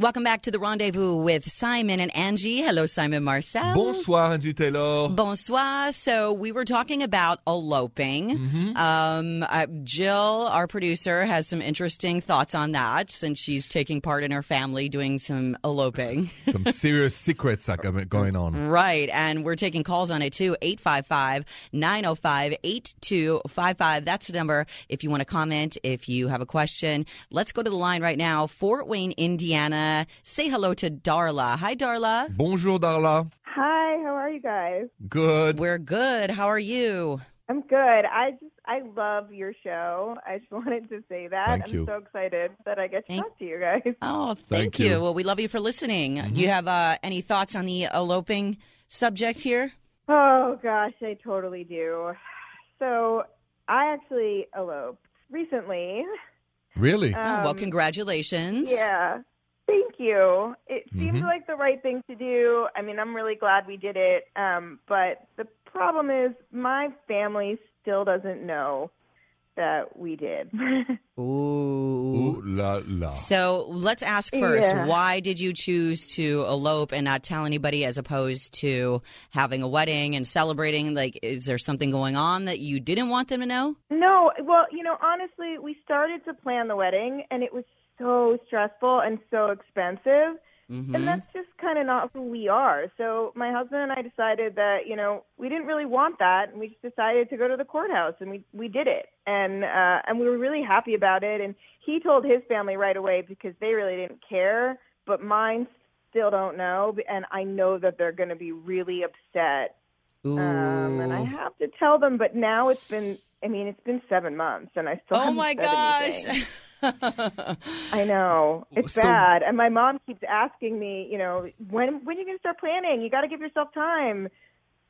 [SPEAKER 2] Welcome back to the rendezvous with Simon and Angie. Hello, Simon Marcel.
[SPEAKER 3] Bonsoir, Angie Taylor.
[SPEAKER 2] Bonsoir. So we were talking about eloping. Um, uh, Jill, our producer, has some interesting thoughts on that since she's taking part in her family doing some eloping.
[SPEAKER 3] Some serious secrets are go- going on.
[SPEAKER 2] Right. And we're taking calls on it too. 855 905 8255. That's the number if you want to comment, if you have a question. Let's go to the line right now. Fort Wayne, Indiana. Say hello to Darla. Hi, Darla.
[SPEAKER 3] Bonjour, Darla.
[SPEAKER 6] Hi, how are you guys?
[SPEAKER 3] Good.
[SPEAKER 2] We're good. How are you?
[SPEAKER 6] I'm good. I just I love your show. I just wanted to say that.
[SPEAKER 3] Thank
[SPEAKER 6] I'm
[SPEAKER 3] you.
[SPEAKER 6] so excited that I get to
[SPEAKER 2] Thank-
[SPEAKER 6] talk to you guys.
[SPEAKER 2] Oh, thank,
[SPEAKER 3] Thank
[SPEAKER 2] you.
[SPEAKER 3] you.
[SPEAKER 2] Well, we love you for listening. Do you have uh, any thoughts on the eloping subject here?
[SPEAKER 6] Oh gosh, I totally do. So I actually eloped recently.
[SPEAKER 3] Really?
[SPEAKER 2] Oh, well,
[SPEAKER 6] Um,
[SPEAKER 2] congratulations.
[SPEAKER 6] Yeah. Thank you. It seemed
[SPEAKER 3] Mhm.
[SPEAKER 6] like the right thing to do. I mean, I'm really glad we did it. Um, but the problem is my family still doesn't know that we did.
[SPEAKER 2] Ooh.
[SPEAKER 3] Ooh la la.
[SPEAKER 2] So let's ask first
[SPEAKER 6] Yeah.
[SPEAKER 2] why did you choose to elope and not tell anybody as opposed to having a wedding and celebrating? Like, is there something going on that you didn't want them to know?
[SPEAKER 6] No, well, you know, honestly, we started to plan the wedding and it was so stressful and so expensive.
[SPEAKER 2] Mm-hmm.
[SPEAKER 6] And that's just kind of not who we are. So my husband and I decided that, you know, we didn't really want that and we just decided to go to the courthouse and we we did it. And uh and we were really happy about it and he told his family right away because they really didn't care, but mine still don't know and I know that they're going to be really upset
[SPEAKER 2] Ooh.
[SPEAKER 6] um, and I have to tell them, but now it's been, I mean, it's been seven months and I still
[SPEAKER 2] oh,
[SPEAKER 6] haven't
[SPEAKER 2] my
[SPEAKER 6] said
[SPEAKER 2] gosh.
[SPEAKER 6] anything. I know. It's
[SPEAKER 3] So-
[SPEAKER 6] bad. And my mom keeps asking me, you know, when, when are you going to start planning? You got to give yourself time.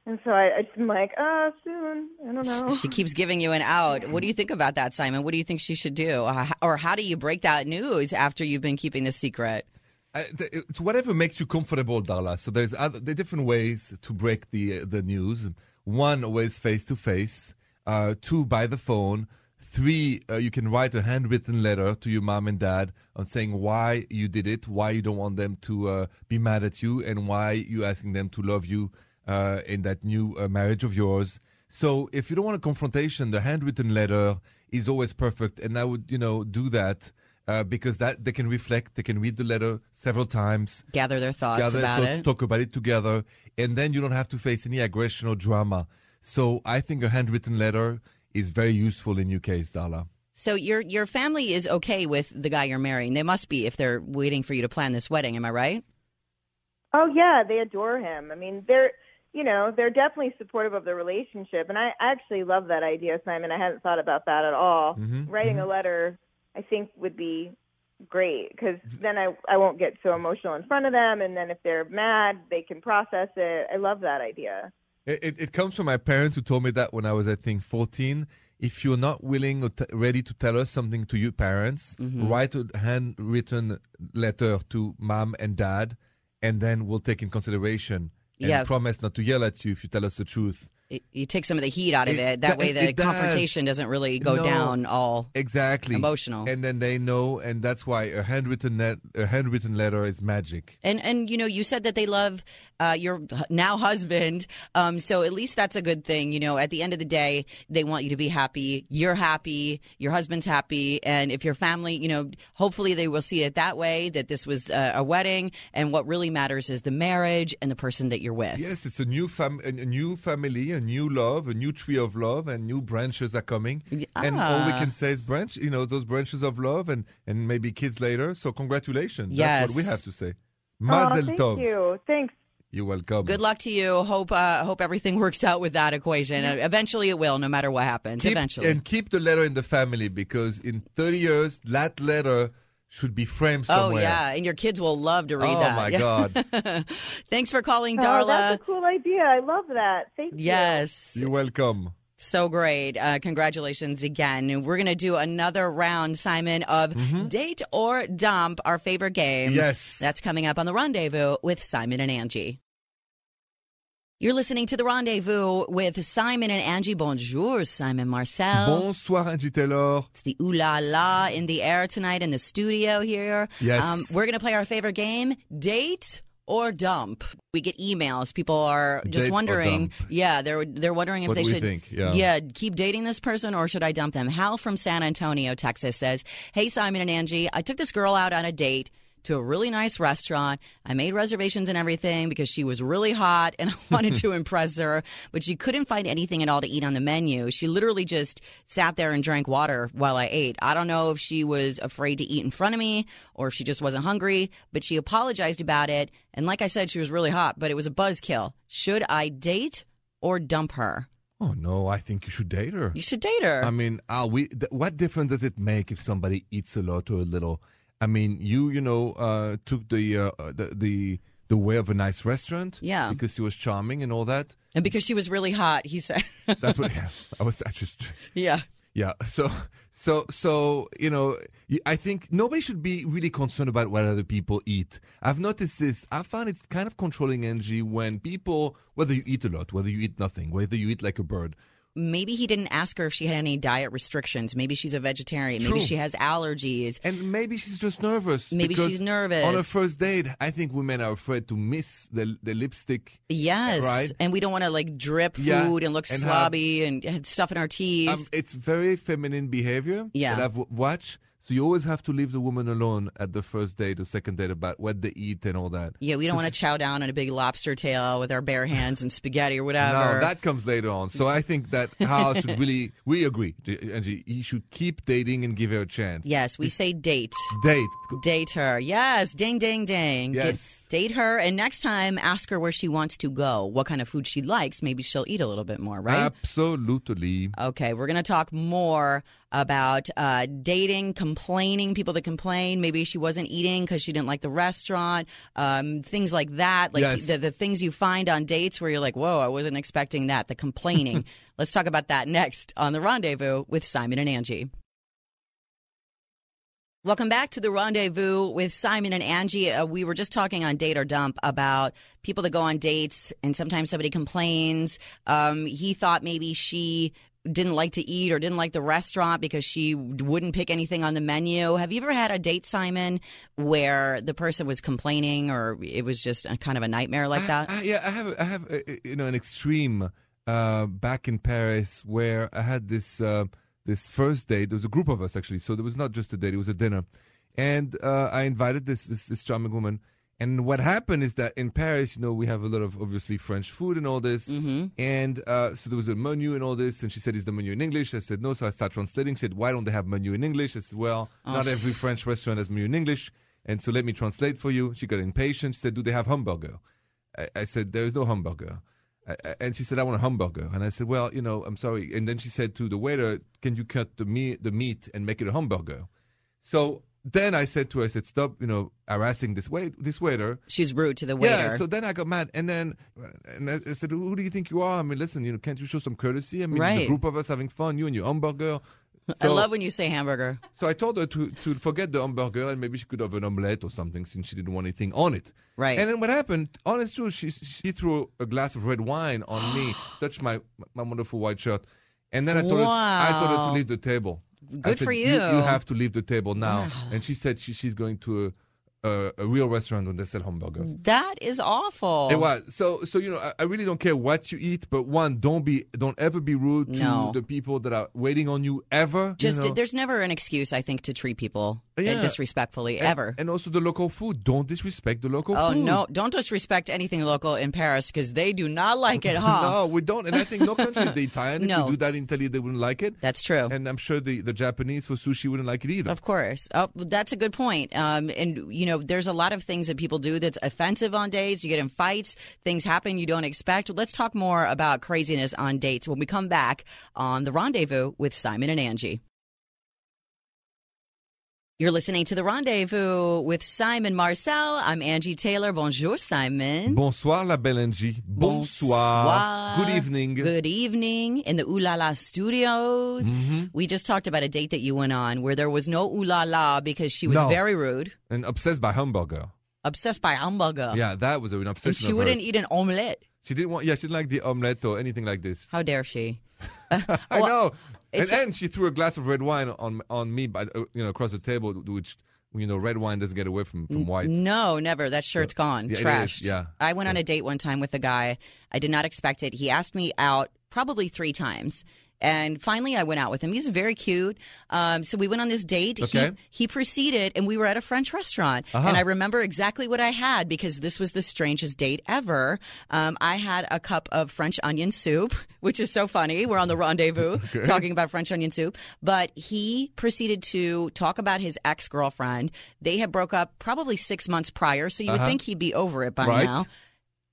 [SPEAKER 6] And so I, I just am like, uh, soon. I don't know.
[SPEAKER 2] She keeps giving you an out. What do you think about that, Simon? What do you think she should do? Uh, h- Or how do you break that news after you've been keeping the secret?
[SPEAKER 3] I- th- it's whatever makes you comfortable, Darla. So there's other, there are different ways to break the uh, the news. One always face to face. Uh, Two by the phone. Three, uh, you can write a handwritten letter to your mom and dad on saying why you did it, why you don't want them to uh, be mad at you, and why you asking them to love you uh, in that new uh, marriage of yours. So if you don't want a confrontation, the handwritten letter is always perfect, and I would you know do that uh, because that they can reflect, they can read the letter several times,
[SPEAKER 2] Gather their thoughts
[SPEAKER 3] gather
[SPEAKER 2] about
[SPEAKER 3] thoughts,
[SPEAKER 2] it.
[SPEAKER 3] talk about it together, and then you don't have to face any aggression or drama. So I think a handwritten letter is very useful in your case, Dala.
[SPEAKER 2] So your your family is okay with the guy you're marrying. They must be if they're waiting for you to plan this wedding. Am I right?
[SPEAKER 6] Oh yeah, they adore him. I mean, they're you know they're definitely supportive of the relationship, and I actually love that idea, Simon. I hadn't thought about that at all.
[SPEAKER 3] Mhm,
[SPEAKER 6] Writing a letter, I think, would be great because
[SPEAKER 3] Mm-hmm.
[SPEAKER 6] then I I won't get so emotional in front of them, and then if they're mad, they can process it. I love that idea.
[SPEAKER 3] It, it, it comes from my parents who told me that when I was, I think, 14. If you're not willing or t- ready to tell us something to your parents,
[SPEAKER 2] Mm-hmm.
[SPEAKER 3] write a handwritten letter to mom and dad, and then we'll take in consideration and
[SPEAKER 2] Yeah.
[SPEAKER 3] promise not to yell at you if you tell us the truth.
[SPEAKER 2] It, you take some of the heat out of
[SPEAKER 3] It-
[SPEAKER 2] it. That
[SPEAKER 3] that-
[SPEAKER 2] way,
[SPEAKER 3] it-
[SPEAKER 2] the
[SPEAKER 3] it does.
[SPEAKER 2] confrontation does. not really go
[SPEAKER 3] No.
[SPEAKER 2] down all.
[SPEAKER 3] Exactly.
[SPEAKER 2] Emotional.
[SPEAKER 3] And then they know, and that's why a handwritten net, a handwritten letter is magic.
[SPEAKER 2] And and you know, you said that they love uh, your hu- now husband. Um, so at least that's a good thing. You know, at the end of the day, they want you to be happy. You're happy. Your husband's happy. And if your family, you know, hopefully they will see it that way. That this was uh, a, a wedding, and what really matters is the marriage and the person that you're with.
[SPEAKER 3] Yes, it's a new fam, a a new family, a new love, a new tree of love, and new branches are coming. And all we
[SPEAKER 2] Ah.
[SPEAKER 3] can say is branch, you know, those branches of love, and and maybe kids later. So congratulations. That's what we
[SPEAKER 2] Yes.
[SPEAKER 3] have to say.
[SPEAKER 6] Oh,
[SPEAKER 3] Mazel
[SPEAKER 6] thank
[SPEAKER 3] tov.
[SPEAKER 6] you. Thanks.
[SPEAKER 3] You're welcome.
[SPEAKER 2] Good luck to you. Hope uh, hope everything works out with that equation. Uh, Eventually, it will, no matter what happens.
[SPEAKER 3] Keep-
[SPEAKER 2] Eventually.
[SPEAKER 3] and keep the letter in the family because in 30 years that letter should be framed
[SPEAKER 2] Oh
[SPEAKER 3] somewhere.
[SPEAKER 2] yeah, and your kids will love to read
[SPEAKER 3] Oh,
[SPEAKER 2] that.
[SPEAKER 3] my
[SPEAKER 2] Yeah.
[SPEAKER 3] God.
[SPEAKER 2] Thanks for calling,
[SPEAKER 6] Oh,
[SPEAKER 2] Darla.
[SPEAKER 6] that's a cool idea. I love that. Thank you.
[SPEAKER 2] Yes.
[SPEAKER 3] You're welcome.
[SPEAKER 2] So great. Uh, congratulations again. And We're going to do another round, Simon, of Date or Dump, our favorite game.
[SPEAKER 3] Mm-hmm. Yes.
[SPEAKER 2] That's coming up on The Rendezvous with Simon and Angie. You're listening to The Rendezvous with Simon and Angie. Bonjour, Simon Marcel.
[SPEAKER 3] Bonsoir, Angie Taylor.
[SPEAKER 2] It's the ooh la la in the air tonight in the studio here. Um,
[SPEAKER 3] Yes.
[SPEAKER 2] we're going to play our favorite game, date or dump. We get emails. People are just
[SPEAKER 3] Date or
[SPEAKER 2] wondering.
[SPEAKER 3] dump.
[SPEAKER 2] Yeah, they're they're wondering if
[SPEAKER 3] What
[SPEAKER 2] they
[SPEAKER 3] do we
[SPEAKER 2] should
[SPEAKER 3] think? Yeah.
[SPEAKER 2] keep dating this person or should I dump them? Hal from San Antonio, Texas says, "Hey Simon and Angie, I took this girl out on a date." To a really nice restaurant. I made reservations and everything because she was really hot and I wanted to impress her, but she couldn't find anything at all to eat on the menu. She literally just sat there and drank water while I ate. I don't know if she was afraid to eat in front of me or if she just wasn't hungry, but she apologized about it. And like I said, she was really hot, but it was a buzzkill. Should I date or dump her?
[SPEAKER 3] Oh no, I think you should date her.
[SPEAKER 2] You should date her.
[SPEAKER 3] I mean, are we? Th- what difference does it make if somebody eats a lot or a little? I mean, you you know uh, took the, uh, the the the way of a nice restaurant,
[SPEAKER 2] Yeah.
[SPEAKER 3] because she was charming and all that.
[SPEAKER 2] and because she was really hot, he said,
[SPEAKER 3] That's what I was. I just
[SPEAKER 2] "Yeah,
[SPEAKER 3] yeah. So so so you know, y- I think nobody should be really concerned about what other people eat. I've noticed this. I found it's kind of controlling, Angie, when people whether you eat a lot, whether you eat nothing, whether you eat like a bird.
[SPEAKER 2] maybe he didn't ask her if she had any diet restrictions. Maybe she's a vegetarian.
[SPEAKER 3] True.
[SPEAKER 2] Maybe she has allergies.
[SPEAKER 3] And maybe she's just nervous.
[SPEAKER 2] Maybe
[SPEAKER 3] because
[SPEAKER 2] she's nervous.
[SPEAKER 3] On a first date, I think women are afraid to miss the the lipstick.
[SPEAKER 2] Yes,
[SPEAKER 3] Right.
[SPEAKER 2] and we don't want to like drip
[SPEAKER 3] Yeah,
[SPEAKER 2] food and look
[SPEAKER 3] and have-
[SPEAKER 2] slobby and and stuff in our teeth.
[SPEAKER 3] Um, it's very feminine behavior
[SPEAKER 2] Yeah.
[SPEAKER 3] that I've w- watched. So you always have to leave the woman alone at the first date or second date about what they eat and all that.
[SPEAKER 2] yeah, we don't want to chow down on a big lobster tail with our bare hands and spaghetti or whatever.
[SPEAKER 3] No, that comes later on. So I think that Hal should really, we agree, Angie, he should keep dating and give her a chance.
[SPEAKER 2] yes, we say date.
[SPEAKER 3] Date.
[SPEAKER 2] Date her. Yes. Ding, ding, ding.
[SPEAKER 3] Yes.
[SPEAKER 2] Date her. And next time, ask her where she wants to go, what kind of food she likes. Maybe she'll eat a little bit more, right?
[SPEAKER 3] Absolutely.
[SPEAKER 2] Okay, we're going to talk more about uh, dating, complaining, people that complain. Maybe she wasn't eating because she didn't like the restaurant, um, things like that. Like
[SPEAKER 3] Yes.
[SPEAKER 2] the, the things you find on dates where you're like, whoa, I wasn't expecting that, the complaining. Let's talk about that next on The Rendezvous with Simon and Angie. Welcome back to the rendezvous with Simon and Angie. Uh, we were just talking on Date or Dump about people that go on dates and sometimes somebody complains. Um, he thought maybe she didn't like to eat or didn't like the restaurant because she wouldn't pick anything on the menu. Have you ever had a date, Simon, where the person was complaining or it was just a, kind of a nightmare like that?
[SPEAKER 3] I, I- yeah, I have, I have, uh, you know, an extreme uh, back in Paris where I had this uh, this first date. There was a group of us actually, so there was not just a date; it was a dinner. And uh, I invited this, this this charming woman. And what happened is that in Paris, you know, we have a lot of obviously French food and all this.
[SPEAKER 2] Mm-hmm.
[SPEAKER 3] And uh, so there was a menu and all this. And she said, "Is the menu in English?" I said, "No." So I started translating. She said, "Why don't they have menu in English?" I said, "Well, not every French restaurant has menu in English." And so let me translate for you. She got impatient. She said, "Do they have hamburger?" I, I said, "There is no hamburger." I, I- and she said, "I want a hamburger." And I said, "Well, you know, I'm sorry." And then she said to the waiter, "Can you cut the meat, the meat, and make it a hamburger?" So then I said to her, I said, stop, you know, harassing this wait this waiter.
[SPEAKER 2] She's rude to the waiter.
[SPEAKER 3] Yeah, so then I got mad, and then and I I said, "Who do you think you are? I mean, listen, you know, can't you show some courtesy? I mean, there's
[SPEAKER 2] Right.
[SPEAKER 3] a group of us having fun, you and your hamburger."
[SPEAKER 2] I
[SPEAKER 3] So-
[SPEAKER 2] love when you say hamburger.
[SPEAKER 3] So I told her to, to forget the hamburger and maybe she could have an omelette or something since she didn't want anything on it.
[SPEAKER 2] Right.
[SPEAKER 3] And then what happened? Honest truth, she she threw a glass of red wine on me, touched my my wonderful white shirt, and then I told her I told her
[SPEAKER 2] Wow.
[SPEAKER 3] to leave the table. I
[SPEAKER 2] Good
[SPEAKER 3] said,
[SPEAKER 2] for
[SPEAKER 3] You,
[SPEAKER 2] you."
[SPEAKER 3] have to leave the table now. And she said she, she's going to a, a, a real restaurant when they sell hamburgers.
[SPEAKER 2] That is awful.
[SPEAKER 3] It was so so. You know, I, I really don't care what you eat, but one, don't be, don't ever be rude to
[SPEAKER 2] No.
[SPEAKER 3] the people that are waiting on you ever. you
[SPEAKER 2] Just
[SPEAKER 3] know?
[SPEAKER 2] there's never an excuse, I think, to treat people uh,
[SPEAKER 3] Yeah.
[SPEAKER 2] disrespectfully
[SPEAKER 3] And-
[SPEAKER 2] ever.
[SPEAKER 3] And also the local food. Don't disrespect the local
[SPEAKER 2] oh
[SPEAKER 3] food.
[SPEAKER 2] no! Don't disrespect anything local in Paris because they do not like it, huh?
[SPEAKER 3] No, we don't. And I think no country is the Italian. If
[SPEAKER 2] No.
[SPEAKER 3] you do that in Italy, they wouldn't like it.
[SPEAKER 2] That's true.
[SPEAKER 3] And I'm sure the, the Japanese for sushi wouldn't like it either.
[SPEAKER 2] Of course. Oh, well, that's a good point. Um, and, you know, there's a lot of things that people do that's offensive on dates. You get in fights, things happen you don't expect. Let's talk more about craziness on dates when we come back on The Rendezvous with Simon and Angie. You're listening to The Rendezvous with Simon Marcel. I'm Angie Taylor. Bonjour, Simon.
[SPEAKER 3] Bonsoir, la belle Angie. Bonsoir. Good evening.
[SPEAKER 2] Good evening in the Ooh La La studios.
[SPEAKER 3] Mm. Mm-hmm.
[SPEAKER 2] We just talked about a date that you went on where there was no Ooh La La because she was
[SPEAKER 3] No.
[SPEAKER 2] very rude,
[SPEAKER 3] And obsessed by hamburger.
[SPEAKER 2] obsessed by hamburger.
[SPEAKER 3] Yeah, that was an
[SPEAKER 2] Oh.
[SPEAKER 3] obsession.
[SPEAKER 2] And she
[SPEAKER 3] of
[SPEAKER 2] wouldn't
[SPEAKER 3] hers.
[SPEAKER 2] eat an omelette.
[SPEAKER 3] She didn't want. Yeah, she didn't like the omelette or anything like this.
[SPEAKER 2] How dare she?
[SPEAKER 3] I
[SPEAKER 2] Well,
[SPEAKER 3] know. And
[SPEAKER 2] it's a-
[SPEAKER 3] then she threw a glass of red wine on on me, by, uh, you know, across the table, which you know, red wine doesn't get away from from
[SPEAKER 2] Mm-hmm.
[SPEAKER 3] white.
[SPEAKER 2] No, never. That shirt's gone.
[SPEAKER 3] Yeah, it is.
[SPEAKER 2] trashed.
[SPEAKER 3] Yeah.
[SPEAKER 2] I went on a date one time with a guy. I did not expect it. He asked me out probably three times. And finally, I went out with him. He's very cute. Um, so we went on this date.
[SPEAKER 3] Okay.
[SPEAKER 2] He, he proceeded, and we were at a French restaurant. And I remember exactly what I had because this was the strangest date ever. Um, I had a cup of French onion soup, which is so funny. We're on the rendezvous talking about French onion soup. But he proceeded to talk about his ex girlfriend. They had broke up probably six months prior, so you would think he'd be over it by
[SPEAKER 3] Right.
[SPEAKER 2] now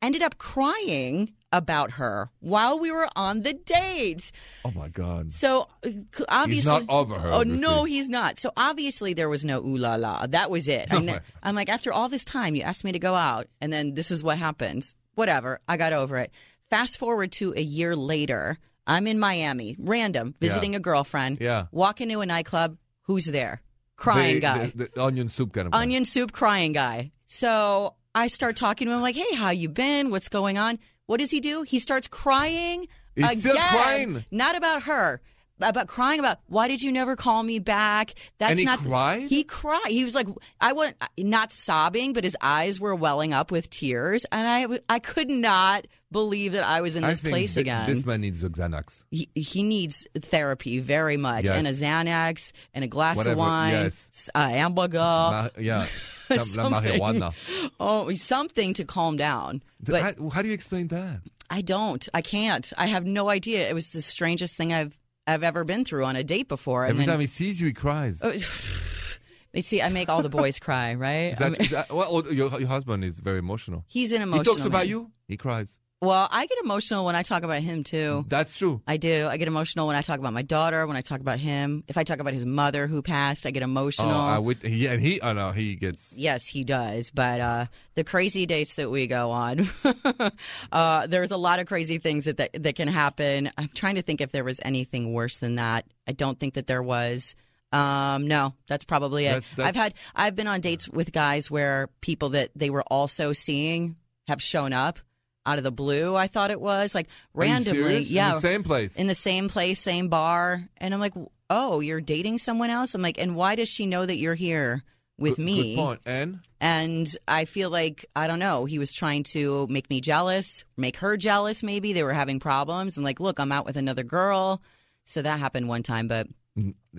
[SPEAKER 2] ended up crying about her while we were on the date.
[SPEAKER 3] Oh my god.
[SPEAKER 2] So uh, obviously,
[SPEAKER 3] not over her,
[SPEAKER 2] Oh no,
[SPEAKER 3] obviously.
[SPEAKER 2] he's not. So obviously, there was no ooh la la. That was it. I'm, I'm like, after all this time, you asked me to go out, and then this is what happens. Whatever, I got over it. Fast forward to a year later, I'm in Miami, random, visiting a girlfriend.
[SPEAKER 3] Yeah.
[SPEAKER 2] walk into a nightclub. Who's there?
[SPEAKER 3] The-
[SPEAKER 2] Crying guy
[SPEAKER 3] The, the onion soup kind of. guy.
[SPEAKER 2] onion soup crying guy. So I start talking to him like, "Hey, how you been? What's going on?" What does he do? He starts crying
[SPEAKER 3] He's
[SPEAKER 2] again.
[SPEAKER 3] still crying.
[SPEAKER 2] Not about her. About crying about why did you never call me back? That's
[SPEAKER 3] And he
[SPEAKER 2] not
[SPEAKER 3] cried?
[SPEAKER 2] He cried. He was like, I was not sobbing, but his eyes were welling up with tears, and I w- I could not believe that I was in
[SPEAKER 3] I
[SPEAKER 2] this
[SPEAKER 3] think
[SPEAKER 2] place
[SPEAKER 3] thi-
[SPEAKER 2] again
[SPEAKER 3] This man needs Xanax.
[SPEAKER 2] he, he needs therapy very much,
[SPEAKER 3] Yes.
[SPEAKER 2] and a Xanax, and a glass of
[SPEAKER 3] Whatever,
[SPEAKER 2] wine,
[SPEAKER 3] yes.
[SPEAKER 2] s- uh, hamburger,
[SPEAKER 3] Ma- yeah, la, la
[SPEAKER 2] something.
[SPEAKER 3] marijuana.
[SPEAKER 2] Oh, something to calm down. But I,
[SPEAKER 3] how, how do you explain that?
[SPEAKER 2] don't. I can't. I have no idea. It was the strangest thing I've I've ever been through on a date before. And
[SPEAKER 3] Every
[SPEAKER 2] then-
[SPEAKER 3] time he sees you, he cries.
[SPEAKER 2] Oh, you see, I make all the boys cry, right?
[SPEAKER 3] is
[SPEAKER 2] I
[SPEAKER 3] that,
[SPEAKER 2] mean,
[SPEAKER 3] is that- well, oh, your, your husband is very emotional.
[SPEAKER 2] he's an
[SPEAKER 3] He
[SPEAKER 2] emotional.
[SPEAKER 3] talks about
[SPEAKER 2] man.
[SPEAKER 3] you, he cries.
[SPEAKER 2] Well, I get emotional when I talk about him too.
[SPEAKER 3] That's true.
[SPEAKER 2] I do. I get emotional when I talk about my daughter, when I talk about him. If I talk about his mother who passed, I get
[SPEAKER 3] Oh,
[SPEAKER 2] emotional.
[SPEAKER 3] I would, he, and he, oh no, he gets.
[SPEAKER 2] Yes, he does. But uh, the crazy dates that we go on, uh, there's a lot of crazy things that, that that can happen. I'm trying to think if there was anything worse than that. I don't think that there was. Um, no, that's probably it.
[SPEAKER 3] That's- that's-
[SPEAKER 2] I've had I've been on dates with guys where people that they were also seeing have shown up out of the blue. I thought it was like
[SPEAKER 3] Are you
[SPEAKER 2] randomly,
[SPEAKER 3] serious?
[SPEAKER 2] yeah,
[SPEAKER 3] In the same place.
[SPEAKER 2] in the same place, same bar, and I'm like, oh, you're dating someone else. I'm like, and why does she know that you're here? With
[SPEAKER 3] Good-
[SPEAKER 2] me,
[SPEAKER 3] Good point. And
[SPEAKER 2] and I feel like, I don't know, he was trying to make me jealous, make her jealous, maybe. They were having problems. And like, look, I'm out with another girl. So that happened one time. But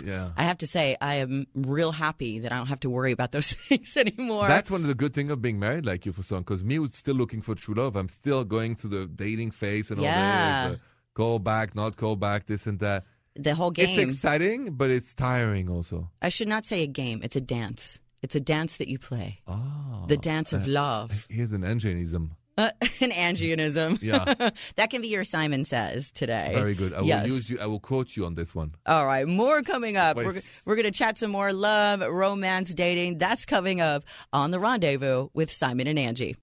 [SPEAKER 3] yeah,
[SPEAKER 2] I have to say, I am real happy that I don't have to worry about those things anymore.
[SPEAKER 3] that's one of the good thing of being married like you for so long. Because me was still looking for true love. I'm still going through the dating phase and all
[SPEAKER 2] Yeah.
[SPEAKER 3] this. Uh, Call back, not call back, this and that.
[SPEAKER 2] the whole
[SPEAKER 3] It's
[SPEAKER 2] game.
[SPEAKER 3] exciting, but it's tiring also.
[SPEAKER 2] I should not say a game, it's a dance. It's a dance that you play.
[SPEAKER 3] Oh,
[SPEAKER 2] The dance of love.
[SPEAKER 3] here's an engineism.
[SPEAKER 2] Uh, an Angianism.
[SPEAKER 3] Yeah.
[SPEAKER 2] that can be your Simon Says today.
[SPEAKER 3] Very good. I will
[SPEAKER 2] Yes.
[SPEAKER 3] use you. I will quote you on this one.
[SPEAKER 2] All right, more coming up. We're,
[SPEAKER 3] Nice.
[SPEAKER 2] we're going to chat some more love, romance, dating. That's coming up on The Rendezvous with Simon and Angie.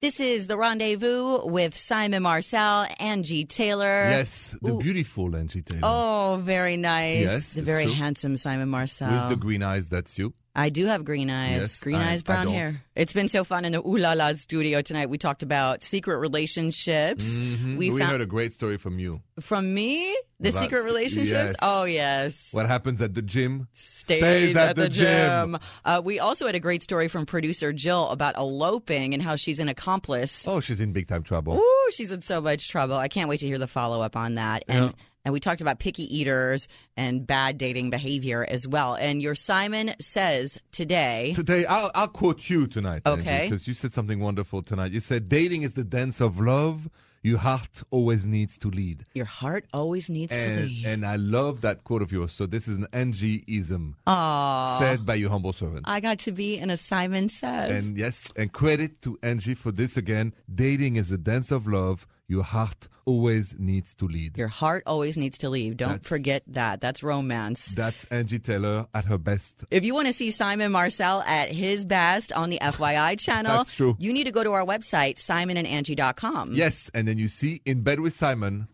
[SPEAKER 2] This is The Rendezvous with Simon Marcel, Angie Taylor.
[SPEAKER 3] Yes, the
[SPEAKER 2] Ooh.
[SPEAKER 3] beautiful Angie Taylor.
[SPEAKER 2] Oh, very nice.
[SPEAKER 3] Yes,
[SPEAKER 2] the
[SPEAKER 3] it's
[SPEAKER 2] very
[SPEAKER 3] true.
[SPEAKER 2] handsome Simon Marcel.
[SPEAKER 3] With the green eyes, that's you.
[SPEAKER 2] I do have green eyes.
[SPEAKER 3] Yes,
[SPEAKER 2] green
[SPEAKER 3] I-
[SPEAKER 2] eyes,
[SPEAKER 3] I
[SPEAKER 2] brown
[SPEAKER 3] don't.
[SPEAKER 2] hair. It's been so fun in the Ooh La La studio tonight. We talked about secret relationships.
[SPEAKER 3] Mhm.
[SPEAKER 2] We found
[SPEAKER 3] heard a great story from you.
[SPEAKER 2] from me the
[SPEAKER 3] Well,
[SPEAKER 2] secret
[SPEAKER 3] that's-
[SPEAKER 2] relationships.
[SPEAKER 3] yes.
[SPEAKER 2] Oh yes.
[SPEAKER 3] What happens at the gym?
[SPEAKER 2] Stays,
[SPEAKER 3] Stays
[SPEAKER 2] at,
[SPEAKER 3] at
[SPEAKER 2] the,
[SPEAKER 3] the
[SPEAKER 2] gym.
[SPEAKER 3] gym.
[SPEAKER 2] Uh, we also had a great story from producer Jill about eloping and how she's an accomplice.
[SPEAKER 3] Oh, she's in big time trouble.
[SPEAKER 2] Ooh, she's in so much trouble. I can't wait to hear the follow up on that. And and we talked about picky eaters and bad dating behavior as well. And your Simon says today.
[SPEAKER 3] Today, I'll, I'll quote you tonight.
[SPEAKER 2] Okay.
[SPEAKER 3] Because you said something wonderful tonight. You said, dating is the dance of love. Your heart always needs to lead.
[SPEAKER 2] Your heart always needs to
[SPEAKER 3] And,
[SPEAKER 2] lead.
[SPEAKER 3] and I love that quote of yours. So this is an NG-ism
[SPEAKER 2] Aw,
[SPEAKER 3] said by your humble servant.
[SPEAKER 2] I got to be in a Simon Says.
[SPEAKER 3] and yes, and credit to Angie for this again. Dating is a dance of love. Your heart always needs to lead.
[SPEAKER 2] Your heart always needs to leave. Don't
[SPEAKER 3] That's-
[SPEAKER 2] forget that. That's romance.
[SPEAKER 3] That's Angie Taylor at her best.
[SPEAKER 2] If you want to see Simon Marcel at his best on the FYI channel,
[SPEAKER 3] That's true.
[SPEAKER 2] you need to go to our website, simonandangie.com.
[SPEAKER 3] Yes, and then you see In Bed with Simon.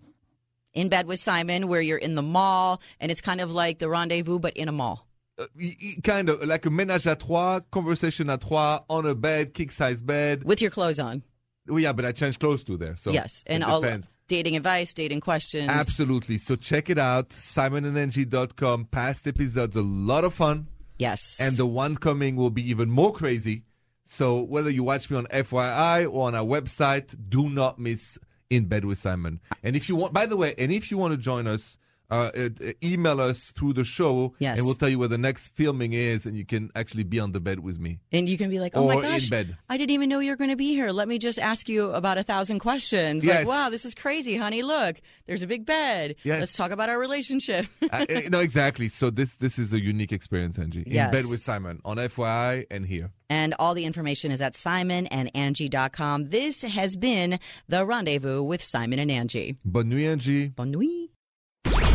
[SPEAKER 2] In Bed with Simon, where you're in the mall, and it's kind of like the rendezvous, but in a mall.
[SPEAKER 3] uh, y- y- kind of like a ménage à trois, conversation à trois, on a bed, king size bed.
[SPEAKER 2] With your clothes on.
[SPEAKER 3] Well, yeah, but I changed clothes to there, so
[SPEAKER 2] yes. And
[SPEAKER 3] it
[SPEAKER 2] all
[SPEAKER 3] depends.
[SPEAKER 2] dating advice, dating questions.
[SPEAKER 3] Absolutely. So check it out, simonandng.com. Past episodes, a lot of fun,
[SPEAKER 2] Yes.
[SPEAKER 3] and the one coming will be even more crazy. So whether you watch me on FYI or on our website, do not miss In Bed with Simon. And if you want, by the way, and if you want to join us. Uh, it- uh, email us through the show,
[SPEAKER 2] Yes.
[SPEAKER 3] and we'll tell you where the next filming is, and you can actually be on the bed with me.
[SPEAKER 2] And you can be like, oh my
[SPEAKER 3] Or in
[SPEAKER 2] gosh,
[SPEAKER 3] bed.
[SPEAKER 2] I didn't even know you were going to be here. Let me just ask you about a thousand questions. Like,
[SPEAKER 3] Yes.
[SPEAKER 2] wow, this is crazy, honey. Look, there's a big bed.
[SPEAKER 3] Yes.
[SPEAKER 2] Let's talk about our relationship.
[SPEAKER 3] uh, uh, no, exactly. So this this is a unique experience, Angie.
[SPEAKER 2] Yes.
[SPEAKER 3] In bed with Simon on FYI and here.
[SPEAKER 2] and all the information is at simonandangie.com. This has been The Rendezvous with Simon and Angie.
[SPEAKER 3] Bonne nuit, Angie.
[SPEAKER 2] Bonne nuit.